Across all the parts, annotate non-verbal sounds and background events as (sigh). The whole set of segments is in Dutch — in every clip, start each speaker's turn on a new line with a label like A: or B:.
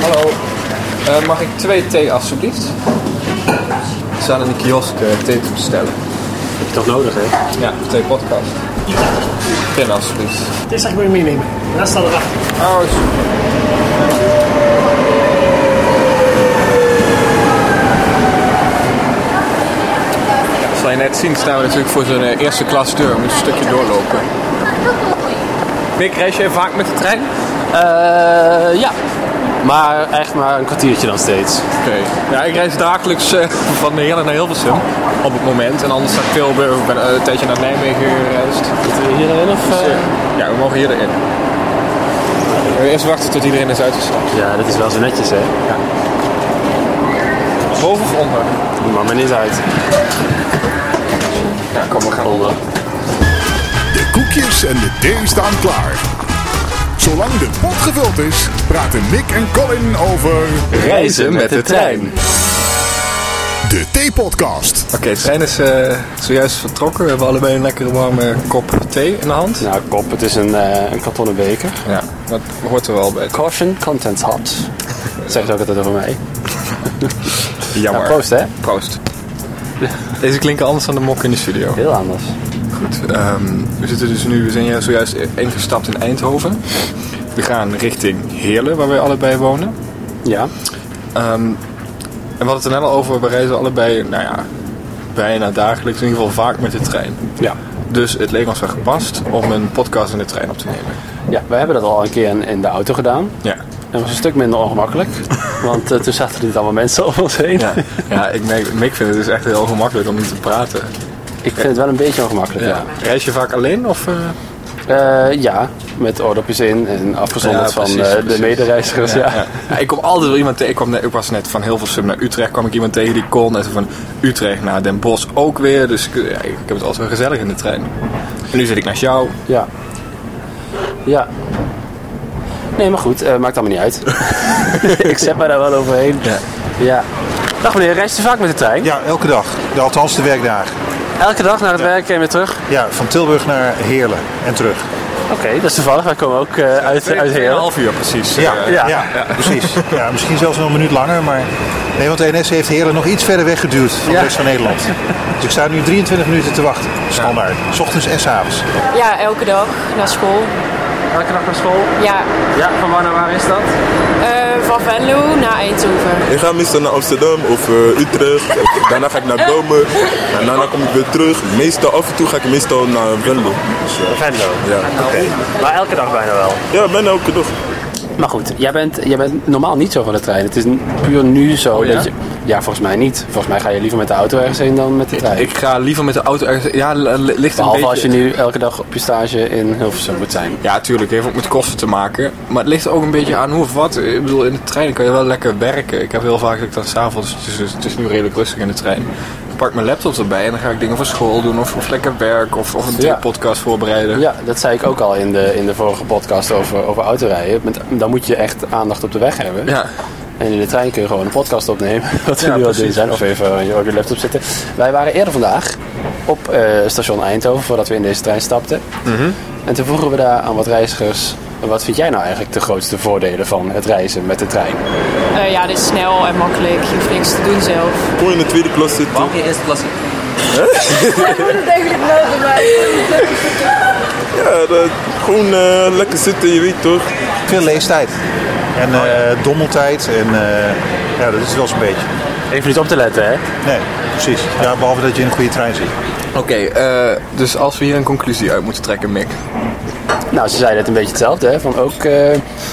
A: Nou, eh, mag ik twee thee alsjeblieft? We staan in de kiosk eh, thee te bestellen.
B: Heb je toch nodig, hè?
A: Ja, thee podcast. Pin alsjeblieft.
B: Dit zag ik maar meenemen. De rest staat erachter.
A: Oh, super. Ja, Zal je net zien, staan we natuurlijk voor zo'n eh, eerste klas deur. We moeten een stukje doorlopen. Mick, reis jij vaak met de trein?
B: Eh ja. Maar echt maar een kwartiertje dan steeds.
A: Oké. Ja, ik reis dagelijks eh, (laughs) van Heerlen naar Hilversum op het moment. En anders naar Tilburg. Ik ben eh, een tijdje naar Nijmegen gereisd. Dus,
B: Zitten we hierin of... eh?
A: Ja, we mogen hier erin. We eerst wachten tot iedereen is uitgestapt.
B: Ja, dat is wel zo netjes, hè?
A: Boven of onder?
B: Doe maar maar niet uit.
A: Ja, kom, we gaan onder.
C: De koekjes en de thee staan klaar. Zolang de pot gevuld is, praten Nick en Colin over
B: Reizen met de trein.
C: de Thee-podcast.
A: Oké, de trein is eh, zojuist vertrokken. We hebben allebei een lekkere warme kop thee in de hand.
B: Nou, kop, het is een, eh, een kartonnen beker.
A: Ja, dat hoort er wel bij.
B: Caution, content hot. Zegt ook altijd over mij.
A: Jammer.
B: Nou, proost, hè?
A: Proost. Deze klinken anders dan de mok in de studio.
B: Heel anders.
A: Goed, ehm, we zitten dus nu, we zijn juist zojuist ingestapt in Eindhoven. We gaan richting Heerlen, waar wij allebei wonen.
B: Ja.
A: En we hadden het er net al over, we reizen allebei, nou ja, bijna dagelijks, in ieder geval vaak met de trein.
B: Ja.
A: Dus het leek ons wel gepast om een podcast in de trein op te nemen.
B: Ja, we hebben dat al een keer in, in de auto gedaan.
A: Ja.
B: Dat was een stuk minder (laughs) ongemakkelijk. Want eh, toen zaten er niet allemaal mensen over ons heen.
A: Ja, ja ik, merk, ik vind het dus echt heel ongemakkelijk om niet te praten.
B: Ik vind het wel een beetje ongemakkelijk, ja.
A: Reis je vaak alleen of... eh?
B: Ja, ja met oordopjes in en afgezonderd
A: Ja, precies,
B: van eh, de
A: precies.
B: medereizigers, ja.
A: Ja. Ja, ik kom altijd wel iemand tegen. Ik, kwam net- ik was net van Hilversum naar Utrecht. kwam ik iemand tegen die kon. En zo van Utrecht naar Den Bosch ook weer. Dus ik, ja, ik heb het altijd wel gezellig in de trein. En nu zit ik naast jou.
B: Ja. Ja. Nee, maar goed, eh, maakt allemaal niet uit. ik zet mij daar wel overheen.
A: Ja.
B: Ja. Dag meneer, reist u vaak met de trein?
D: Ja, elke dag. De, althans de werkdagen.
B: Elke dag naar het werk en weer terug?
D: Ja, van Tilburg naar Heerlen en terug.
B: Oké, dat is toevallig. Wij komen ook eh, uit, uit
A: Een
B: Heerlen.
A: half uur precies.
D: Ja,
A: Eh,
B: ja.
D: ja. precies. Ja, misschien zelfs nog een minuut langer, maar... Nee, want de NS heeft Heerlen nog iets verder weggeduwd van
B: Ja.
D: de rest van Nederland. Dus ik sta nu 23 minuten te wachten. Standaard. S ochtends en s avonds.
E: Ja, elke dag naar school.
B: Elke dag naar school.
E: Ja,
B: Ja, van waar naar waar is dat?
E: eh, van Venlo naar Eindhoven.
F: Ik ga meestal naar Amsterdam of eh, Utrecht. Daarna ga ik naar Bomen. En daarna kom ik weer terug. Meestal, af en toe ga ik meestal naar Venlo. Dus, eh,
B: Venlo.
F: ja.
B: Maar elke dag bijna wel.
F: ja, bijna elke dag.
B: Maar goed, jij bent, jij bent normaal niet zo van de trein. Het is n- puur nu zo.
A: ja?
B: Dat je, ja, volgens mij niet. Volgens mij ga je liever met de auto ergens heen dan met de trein.
A: Ik ga liever met de auto ergens... Ja, l- l- ligt een
B: Behalve
A: beetje...
B: als je nu elke dag op je stage in Hilversum moet zijn.
A: Ja, tuurlijk. Heeft ook met kosten te maken. Maar het ligt er ook een beetje aan hoe of wat. Ik bedoel, in de trein kan je wel lekker werken. Ik heb heel vaak dat ik dan s'avonds... Het, is- het is nu redelijk rustig in de trein. Ik pak mijn laptop erbij en dan ga ik dingen voor school doen. Of, of lekker werk. Of, of een
B: Ja.
A: podcast voorbereiden.
B: Ja, dat zei ik ook al in de, in de vorige podcast over, over autorijden. Met, dan moet je echt aandacht op de weg hebben.
A: Ja.
B: En in de trein kun je gewoon een podcast opnemen. (laughs) Wat we
A: Ja,
B: nu al doen
A: precies,
B: zijn. Of even op je- op je laptop zitten. Wij waren eerder vandaag op eh, station Eindhoven voordat we in deze trein stapten.
A: Mhm.
B: En toen vroegen we daar aan wat reizigers. Wat vind jij nou eigenlijk de grootste voordelen van het reizen met de trein?
E: Eh, ja, dit is snel en makkelijk. Je hoeft niks te doen zelf.
G: (laughs)
F: Kon je in de tweede klas zitten? Ja, dat, gewoon eh, lekker zitten, je weet toch?
D: Veel leestijd. En eh, dommeltijd. En eh, ja, dat is wel zo'n beetje.
B: Even niet op te letten, hè?
D: Nee, precies. Ja, behalve dat je in een goede trein zit.
A: Oké, eh, dus als we hier een conclusie uit moeten trekken, Mick.
B: Nou, ze zeiden het een beetje hetzelfde, hè? Van ook eh,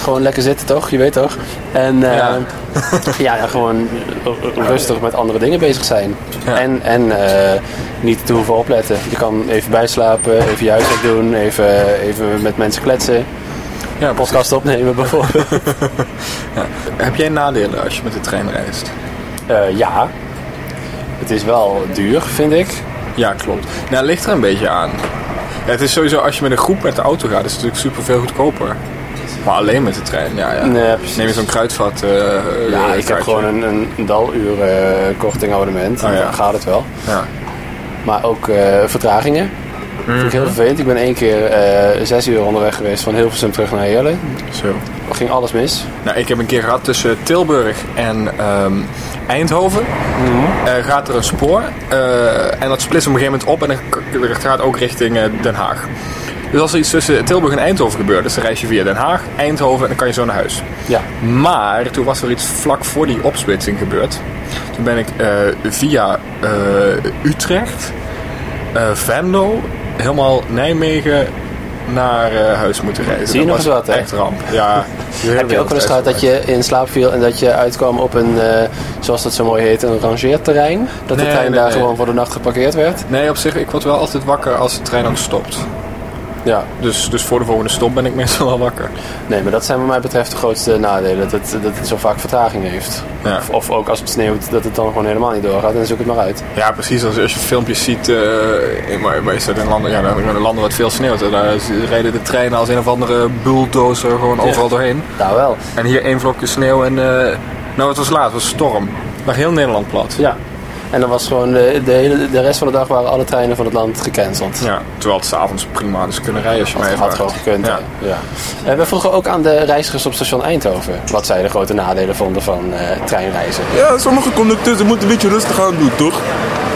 B: gewoon lekker zitten, toch? Je weet toch? En eh,
A: Ja.
B: ja. (laughs) ja, gewoon rustig met andere dingen bezig zijn.
A: Ja.
B: En, en eh, niet te hoeven opletten. Je kan even bijslapen, even je huiswerk doen, even, even met mensen kletsen.
A: Ja,
B: Podcast opnemen bijvoorbeeld.
A: Heb jij nadelen als je met de trein reist?
B: Eh, ja, het is wel duur, vind ik.
A: Ja, klopt. Nou, ligt er een beetje aan. Ja, het is sowieso, als je met een groep met de auto gaat, is het natuurlijk super veel goedkoper. Maar alleen met de trein, ja. ja.
B: Nee, precies.
A: Neem je zo'n kruidvat. eh, eh,
B: Ja, ik heb
A: kaartje.
B: gewoon een, een daluur eh, korting abonnement.
A: Oh, ja.
B: Dan gaat het wel.
A: Ja.
B: Maar ook eh, vertragingen. Vond ik heel
A: Mhm.
B: vervelend. Ik ben één keer eh, zes uur onderweg geweest van Hilversum terug naar Heerlen.
A: Zo.
B: Er ging alles mis.
A: Nou, ik heb een keer gehad tussen Tilburg en ehm, Eindhoven. Eh, gaat er een spoor eh, en dat splitst op een gegeven moment op en dan k- gaat ook richting eh, Den Haag. Dus als er iets tussen Tilburg en Eindhoven gebeurt, dus dan reis je via Den Haag, Eindhoven en dan kan je zo naar huis.
B: Ja.
A: Maar toen was er iets vlak voor die opsplitsing gebeurd. Toen ben ik eh, via eh, Utrecht, eh, Venlo, helemaal Nijmegen naar eh, huis moeten reizen.
B: Zie je
A: dat
B: nog
A: was
B: eens wat, hè?
A: Echt ramp.
B: (laughs)
A: Ja,
B: Heb je ook wel eens gehad dat je in slaap viel en dat je uitkwam op een, eh, zoals dat zo mooi heet, een rangeerterrein? Dat de
A: Nee,
B: trein
A: nee,
B: daar
A: nee.
B: gewoon voor de nacht geparkeerd werd?
A: Nee, op zich, ik word wel altijd wakker als de trein ook stopt.
B: Ja.
A: Dus, dus voor de volgende stop ben ik (laughs) meestal wel wakker.
B: Nee, maar dat zijn wat mij betreft de grootste nadelen. Dat het, dat het zo vaak vertraging heeft.
A: Ja.
B: Of, of ook als het sneeuwt, dat het dan gewoon helemaal niet doorgaat. En dan zoek het maar uit.
A: Ja, precies. Als, als je filmpjes ziet, eh, in- maar, maar is dat in landen, ja, dan- in landen wat veel sneeuwt. En Daar is- rijden de treinen als een of andere bulldozer gewoon overal doorheen.
B: Nou wel.
A: En hier één vlokje sneeuw en... eh, nou, het was laat, het was storm. Maar heel Nederland plat.
B: Ja. En dan was gewoon de, de, hele, de rest van de dag waren alle treinen van het land gecanceld.
A: Ja, terwijl het s'avonds prima dus kunnen rijden als je mij
B: Dat
A: even
B: had gewoon gekund.
A: Ja.
B: Ja. Ja. Eh, we vroegen ook aan de reizigers op station Eindhoven wat zij de grote nadelen vonden van eh, treinreizen.
F: Ja, sommige conducteurs die moeten een beetje rustig aan doen, toch?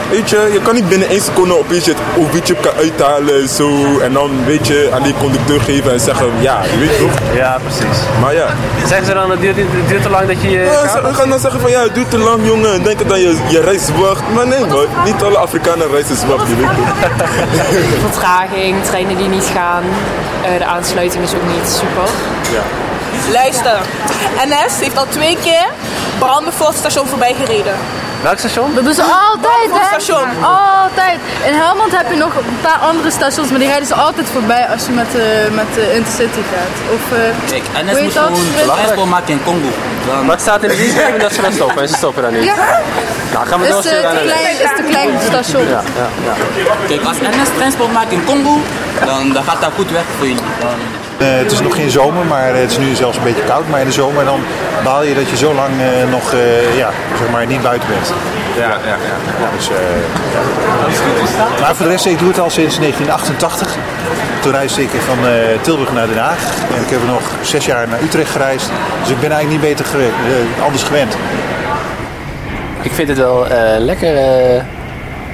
F: Weet je, je kan niet binnen één seconde opeens je hoeveel kan uithalen en zo. En dan weet je aan die conducteur geven en zeggen, ja, je weet toch?
B: Ja, precies.
F: Maar ja,
B: Zeggen ze dan, het duurt, het duurt te lang dat je je
F: Ja, ze-
B: kaart-
F: we gaan dan zeggen van ja, het duurt te lang jongen. Denken dat je, je reis wacht. Maar nee, hoor, niet alle Afrikanen reizen wacht, je weet toch?
E: Vertraging, treinen die niet gaan. Eh, de aansluiting is ook niet super.
G: Luister, NS heeft al twee keer branden voor het station voorbij gereden.
B: Welk station?
H: Dat doen ze altijd,
G: Voor het
H: hè?
G: station.
H: Altijd. In Helmond heb je nog een paar andere stations, maar die rijden ze altijd voorbij als je met, de met de Intercity gaat. Of, eh,
I: Kijk,
H: hoe
I: NS
H: heet
I: moet
H: dat?
I: gewoon een treinspoor maken in Congo. Dan
B: Wat staat in de dienstregeling dat ze dat stoppen? En ze stoppen daar niet.
H: Ja,
B: Nou, gaan we
H: is eh,
B: doorsturen aan
H: te
B: de-
H: klein, is te klein station.
B: Ja, ja, ja.
I: Kijk, als NS transport maakt in Congo, dan, dan gaat dat goed weg voor jullie. Dan-
D: Eh, het is nog geen zomer, maar eh, het is nu zelfs een beetje koud. Maar in de zomer dan baal je dat je zo lang eh, nog eh, ja, zeg maar niet buiten bent.
A: Ja, ja, ja.
D: Dus, eh, ja. Maar voor de rest, ik doe het al sinds 1988. Toen reisde ik van eh, Tilburg naar Den Haag. En ik heb er nog zes jaar naar Utrecht gereisd. Dus ik ben eigenlijk niet beter gewe- eh, anders gewend.
B: Ik vind het wel eh, lekker eh,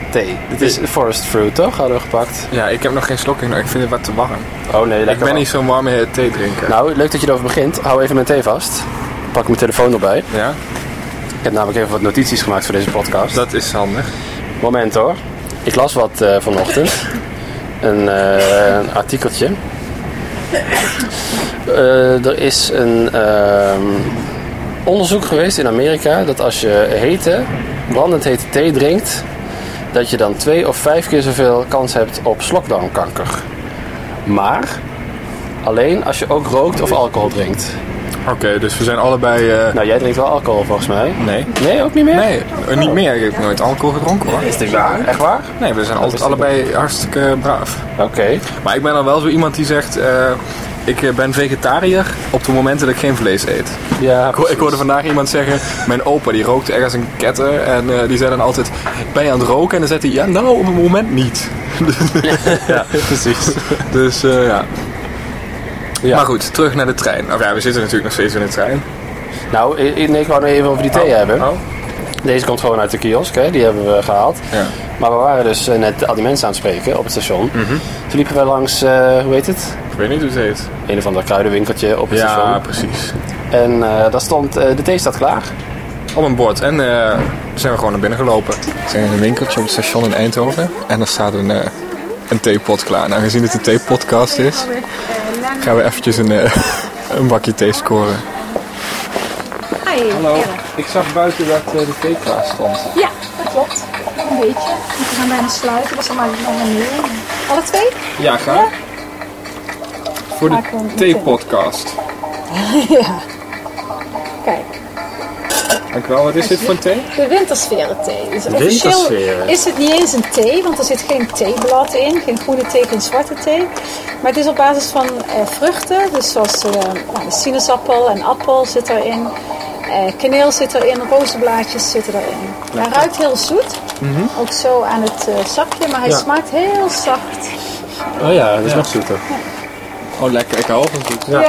B: thee. Dit is forest fruit, toch? Hadden we gepakt.
A: Ja, ik heb nog geen slok in. Ik vind het wat te warm.
B: Oh nee, lekker
A: Ik ben
B: wel.
A: niet zo'n warme thee drinken.
B: Nou, leuk dat je erover begint. Hou even mijn thee vast. Pak mijn telefoon erbij.
A: Ja,
B: Ik heb namelijk even wat notities gemaakt voor deze podcast.
A: dat is handig.
B: Moment hoor. Ik las wat eh, vanochtend. Een, eh, een artikeltje. Eh, er is een ehm, onderzoek geweest in Amerika dat als je hete, brandend hete thee drinkt, dat je dan twee of vijf keer zoveel kans hebt op slokdarmkanker. Maar alleen als je ook rookt of alcohol drinkt.
A: Oké, dus we zijn allebei... eh,
B: Nou, jij drinkt wel alcohol volgens mij.
A: Nee.
B: Nee, ook niet meer?
A: Nee, eh, niet meer. Ik heb nooit alcohol gedronken hoor.
B: Is dit waar? Echt waar?
A: Nee, we zijn altijd
B: is toch
A: allebei hartstikke braaf.
B: Oké.
A: Maar ik ben dan wel zo iemand die zegt... eh, ik eh, ben vegetariër op de momenten dat ik geen vlees eet.
B: Ja,
A: Ik, ho- ik hoorde vandaag iemand zeggen... Mijn opa die rookte ergens een ketter. En eh, die zei dan altijd... Ben je aan het roken? En dan zei hij... Ja, nou, op het moment (laughs) niet.
B: precies.
A: Dus eh, ja.
B: Ja.
A: Maar goed, terug naar de trein. Of ja, we zitten natuurlijk nog steeds in de trein.
B: Nou, i- i- nee, ik wou nog even over die thee hebben.
A: Oh.
B: Deze komt gewoon uit de kiosk, hè? die hebben we gehaald.
A: Ja.
B: Maar we waren dus eh, net al die mensen aan het spreken op het station.
A: Mhm.
B: Toen liepen wij langs, eh, hoe heet het?
A: Ik weet niet hoe het heet.
B: Een of ander kruidenwinkeltje op het
A: Ja,
B: station.
A: precies.
B: En eh, daar stond, eh, de thee staat klaar.
A: op een bord. En eh, zijn we gewoon naar binnen gelopen. We zijn in een winkeltje op het station in Eindhoven. En daar staat een, eh, een theepot klaar. En aangezien het een theepodcast is, gaan we eventjes een, eh, (laughs) een bakje thee scoren. Hallo, ik zag buiten dat eh, de thee klaar stond.
J: Ja, dat klopt. Een beetje. We gaan bijna sluiten, dat is allemaal allemaal nieuw. Alle twee?
A: Ja, graag. Voor de
J: Maak een (laughs)
A: theepodcast.
J: Kijk,
A: Dankjewel, wat is dit voor thee?
J: de wintersferen thee. Dus officieel
B: Wintersferen?
J: is het niet eens een thee, want er zit geen theeblad in. Geen groene thee, geen zwarte thee. Maar het is op basis van eh, vruchten, dus zoals eh, nou, sinaasappel en appel zit erin. Eh, kaneel zit erin, rozenblaadjes zitten erin. Hij ruikt heel zoet, ook zo aan het eh, sapje, maar hij smaakt heel zacht.
B: Oh ja, dat is nog zoeter.
A: Oh, lekker. Ik hou van zoet.
J: Ja.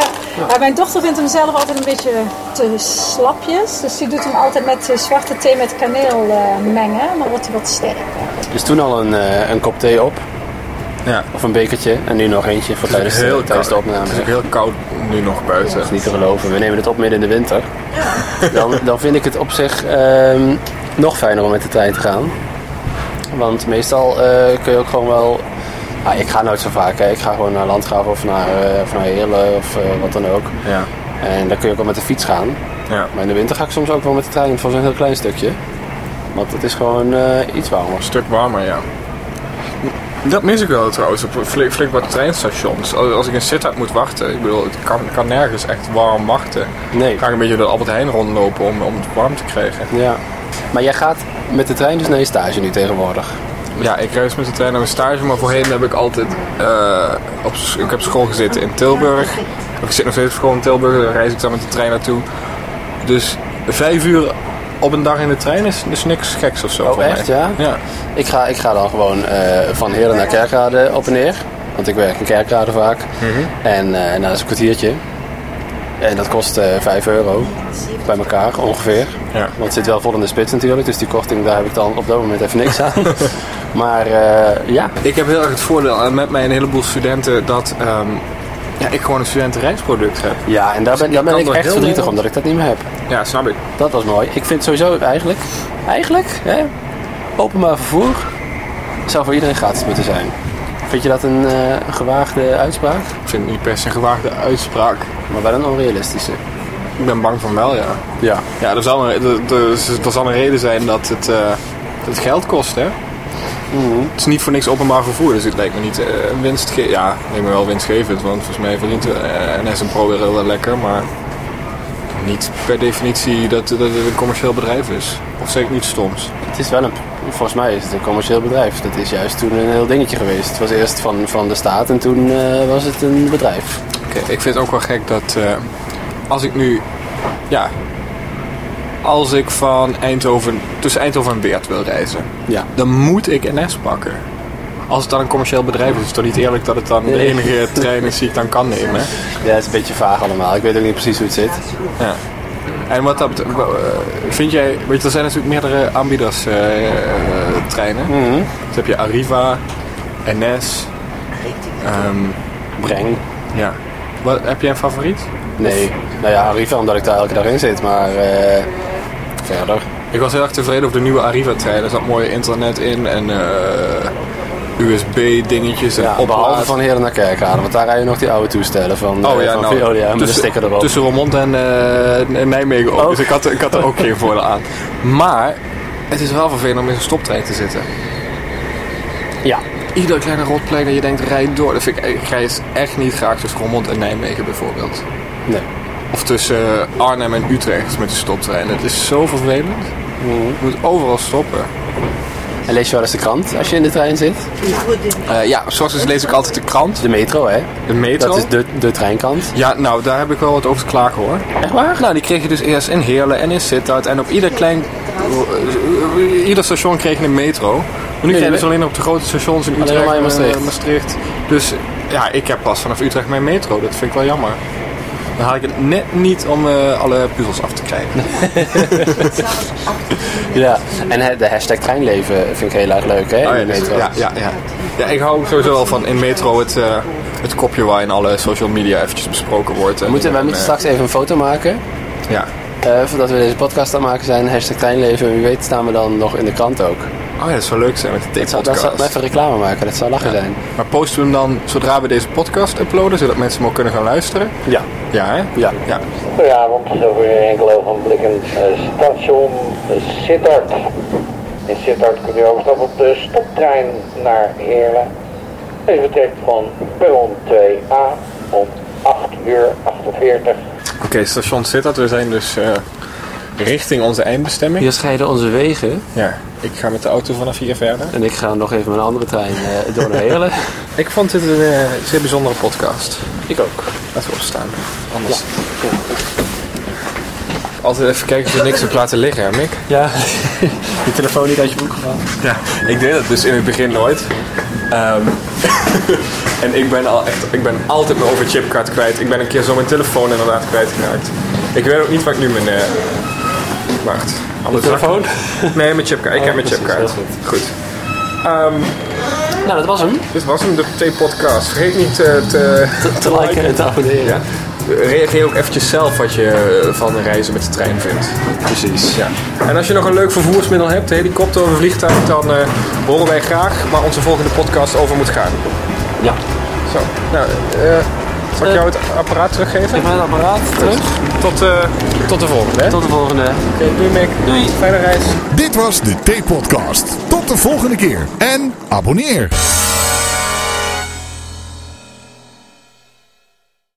J: Maar mijn dochter vindt hem zelf altijd een beetje te slapjes. Dus die doet hem altijd met eh, zwarte thee met kaneel eh, mengen. Dan wordt hij wat sterker.
B: Dus toen al een, eh, een kop thee op.
A: Ja.
B: Of een bekertje. En nu nog eentje voor
A: Het is
B: tijdens,
A: heel
B: de, tijdens de
A: koud.
B: opname.
A: Het is ook heel koud nu nog buiten.
B: Dat is niet te geloven. We nemen het op midden in de winter. Dan, dan vind ik het op zich ehm, nog fijner om met de trein te gaan. Want meestal eh, kun je ook gewoon wel... Ah, ik ga nooit zo vaak. Hè. Ik ga gewoon naar Landgraaf of naar, eh of naar Heerlen of eh, wat dan ook.
A: Ja.
B: En dan kun je ook wel met de fiets gaan.
A: Ja.
B: Maar in de winter ga ik soms ook wel met de trein voor zo'n heel klein stukje. Want het is gewoon eh, iets warmer. Een
A: stuk warmer, ja. Dat mis ik wel trouwens, op flink, flink wat treinstations. Als als ik in Sittard moet wachten, ik bedoel, het kan, kan nergens echt warm wachten.
B: Nee.
A: Ga ik een beetje door de Albert Heijn rondlopen om, om het warm te krijgen.
B: Ja. Maar jij gaat met de trein dus naar je stage nu tegenwoordig?
A: Ja, ik reis met de trein naar mijn stage, maar voorheen heb ik altijd... eh, op, s- ik heb school gezeten in Tilburg. Ik zit nog steeds op school in Tilburg, daar reis ik dan met de trein naartoe. Dus vijf uur op een dag in de trein is, is niks geks of zo voor
B: Oh, echt,
A: mij.
B: ja? Ik, ga, ik ga dan gewoon eh, van Heren naar Kerkrade op en neer. Want ik werk in Kerkrade vaak. En eh, nou, dat is een kwartiertje. En dat kost eh 5 euro bij elkaar ongeveer. Want het zit wel vol in de spits natuurlijk. Dus die korting, daar heb ik dan op dat moment even niks aan. maar eh, ja.
A: Ik heb heel erg het voordeel aan met mij een heleboel studenten dat ehm, ja, ik gewoon een studentenreisproduct heb.
B: Ja, en daar ben, daar ben ik echt verdrietig omdat ik dat niet meer heb.
A: Ja, snap ik.
B: Dat was mooi. Ik vind sowieso eigenlijk, eigenlijk, hè, openbaar vervoer zou voor iedereen gratis moeten zijn. Vind je dat een eh, gewaagde uitspraak?
A: Ik vind het niet per se een gewaagde uitspraak.
B: Maar wel een onrealistische.
A: Ik ben bang van wel, ja.
B: Ja.
A: Ja, er zal een, er, er- er zal een reden zijn dat het, eh, dat het geld kost, hè. Het is niet voor niks openbaar vervoer, dus het lijkt me niet eh winstge- Ja, het lijkt me wel winstgevend, want volgens mij verdient eh, NS en Pro weer heel wel lekker, maar niet per definitie dat, dat het een commercieel bedrijf is. Of zeker niet stoms.
B: Het is wel een, volgens mij is het een commercieel bedrijf. Dat is juist toen een heel dingetje geweest. Het was eerst van, van de staat en toen eh, was het een bedrijf.
A: Oké, ik vind het ook wel gek dat eh, als ik nu, ja, als ik van Eindhoven, tussen Eindhoven en Beert wil reizen,
B: Ja.
A: dan moet ik NS pakken. Als het dan een commercieel bedrijf is, is het toch niet eerlijk dat het dan de
B: Nee.
A: enige trein is die ik dan kan nemen. hè?
B: Ja, het is een beetje vaag allemaal. Ik weet ook niet precies hoe het zit.
A: Ja. En wat dat betreft, eh, vind jij, weet je, er zijn natuurlijk meerdere aanbieders eh, eh, treinen.
B: Mhm.
A: Dus heb je Arriva, NS, ehm,
B: Breng.
A: Ja. Wat, heb jij een favoriet?
B: Nee. Nou ja, Arriva omdat ik daar elke dag in zit. Maar eh, verder.
A: Ik was heel erg tevreden over de nieuwe Arriva-trein. Er zat mooi internet in en eh, USB-dingetjes en
B: Ja,
A: oplaad.
B: behalve van Heren naar Kerkrade. Want daar rijden nog die oude toestellen van,
A: Oh
B: eh,
A: ja,
B: van
A: nou,
B: Veolia met
A: tussen-
B: een sticker erop. Oh.
A: Tussen Roermond en, eh, en Nijmegen ook. Dus ik had, ik had er ook geen voordeel aan. Maar het is wel vervelend om in zo'n stoptrein te zitten.
B: Ja.
A: Ieder kleine rotplek dat je denkt, rijd door. Dat vind ik, ik reis echt niet graag tussen Roermond en Nijmegen bijvoorbeeld.
B: Nee.
A: Of tussen eh, Arnhem en Utrecht met de stoptrein. Het is zo vervelend.
B: Mm.
A: Je moet overal stoppen.
B: En lees je wel eens de krant als je in de trein zit?
A: Eh, ja, soms lees ik altijd de krant.
B: De metro, hè?
A: De metro?
B: Dat is de, de treinkant.
A: Ja, nou, daar heb ik wel wat over te klagen hoor.
B: Echt waar?
A: Nou, die kreeg je dus eerst in Heerlen en in Sittard. En op ieder klein... eh, Ieder station kreeg je een metro. Maar nu krijg je dus
B: we-
A: alleen op de grote stations in
B: Alleen
A: Utrecht
B: maar in
A: en
B: Maastricht.
A: eh, Maastricht. Dus ja, ik heb pas vanaf Utrecht mijn metro. Dat vind ik wel jammer. Dan haal ik het net niet om eh, alle puzzels af te krijgen.
B: Ja, en he- de hashtag treinleven vind ik heel erg leuk, hè?
A: Oh,
B: in de
A: ja, dus-
B: metro.
A: ja, ja, ja. ja, ik hou sowieso wel van in metro het, eh, het kopje waar in alle social media eventjes besproken wordt.
B: We moeten, wij
A: En,
B: moeten
A: eh,
B: straks even een foto maken.
A: Ja.
B: eh, voordat we deze podcast aan het maken zijn. Hashtag treinleven. Wie weet staan we dan nog in de krant ook.
A: Oh ja, dat zou leuk zijn met de
B: Dat zou, dat zou
A: T-podcast.
B: maar even reclame maken. Dat zou lachen zijn.
A: Maar posten we hem dan zodra we deze podcast uploaden, zodat mensen hem ook kunnen gaan luisteren?
B: Ja.
A: Ja, hè?
B: Ja.
A: ja.
K: Goedenavond, over Enkelo van Blikken, eh, station Sittard. In Sittard kunt u overstappen op de stoptrein naar Heerlen. Deze vertrekt van perron 2A om 8 uur 48.
A: Oké, station Sittard. We zijn dus eh, richting onze eindbestemming.
B: Hier scheiden onze wegen.
A: Ja, ik ga met de auto vanaf hier verder.
B: En ik ga nog even met een andere trein eh, door naar Heerlen.
A: Ik vond dit een eh, zeer bijzondere podcast.
B: ik ook.
A: Laten we opstaan. Anders. Altijd even kijken of er niks op laten liggen, hè, Mick?
B: Ja. (laughs) je telefoon niet uit je broek gevallen.
A: Ja, ik deed dat dus in het begin nooit. Ehm, (laughs) En ik ben, al echt, ik ben altijd mijn overchipkaart kwijt. Ik ben een keer zo mijn telefoon inderdaad kwijtgeraakt. Ik weet ook niet waar ik nu mijn... eh, wacht. Andere telefoon? Nee, mijn chipkaart. Ik
B: Oh,
A: heb mijn chipkaart. Goed.
B: (laughs) nou, dat was hem.
A: Dit was hem, de T-podcast. Vergeet niet eh, te, te,
B: liken en te abonneren.
A: Ja. Reageer ook eventjes zelf wat je eh, van reizen met de trein vindt. Precies. Ja. En als je nog een leuk vervoersmiddel hebt, helikopter of een vliegtuig, dan eh, horen wij graag waar onze volgende podcast over moet gaan.
B: Ja.
A: Zo, nou, eh, zal ik jou het apparaat teruggeven? Ik
B: het apparaat terug.
A: Tot, eh, tot de volgende. Tot
B: de volgende. Oké,
A: doei Mick. Doei. Fijne reis.
C: Dit was de T-podcast. Tot de volgende keer en abonneer.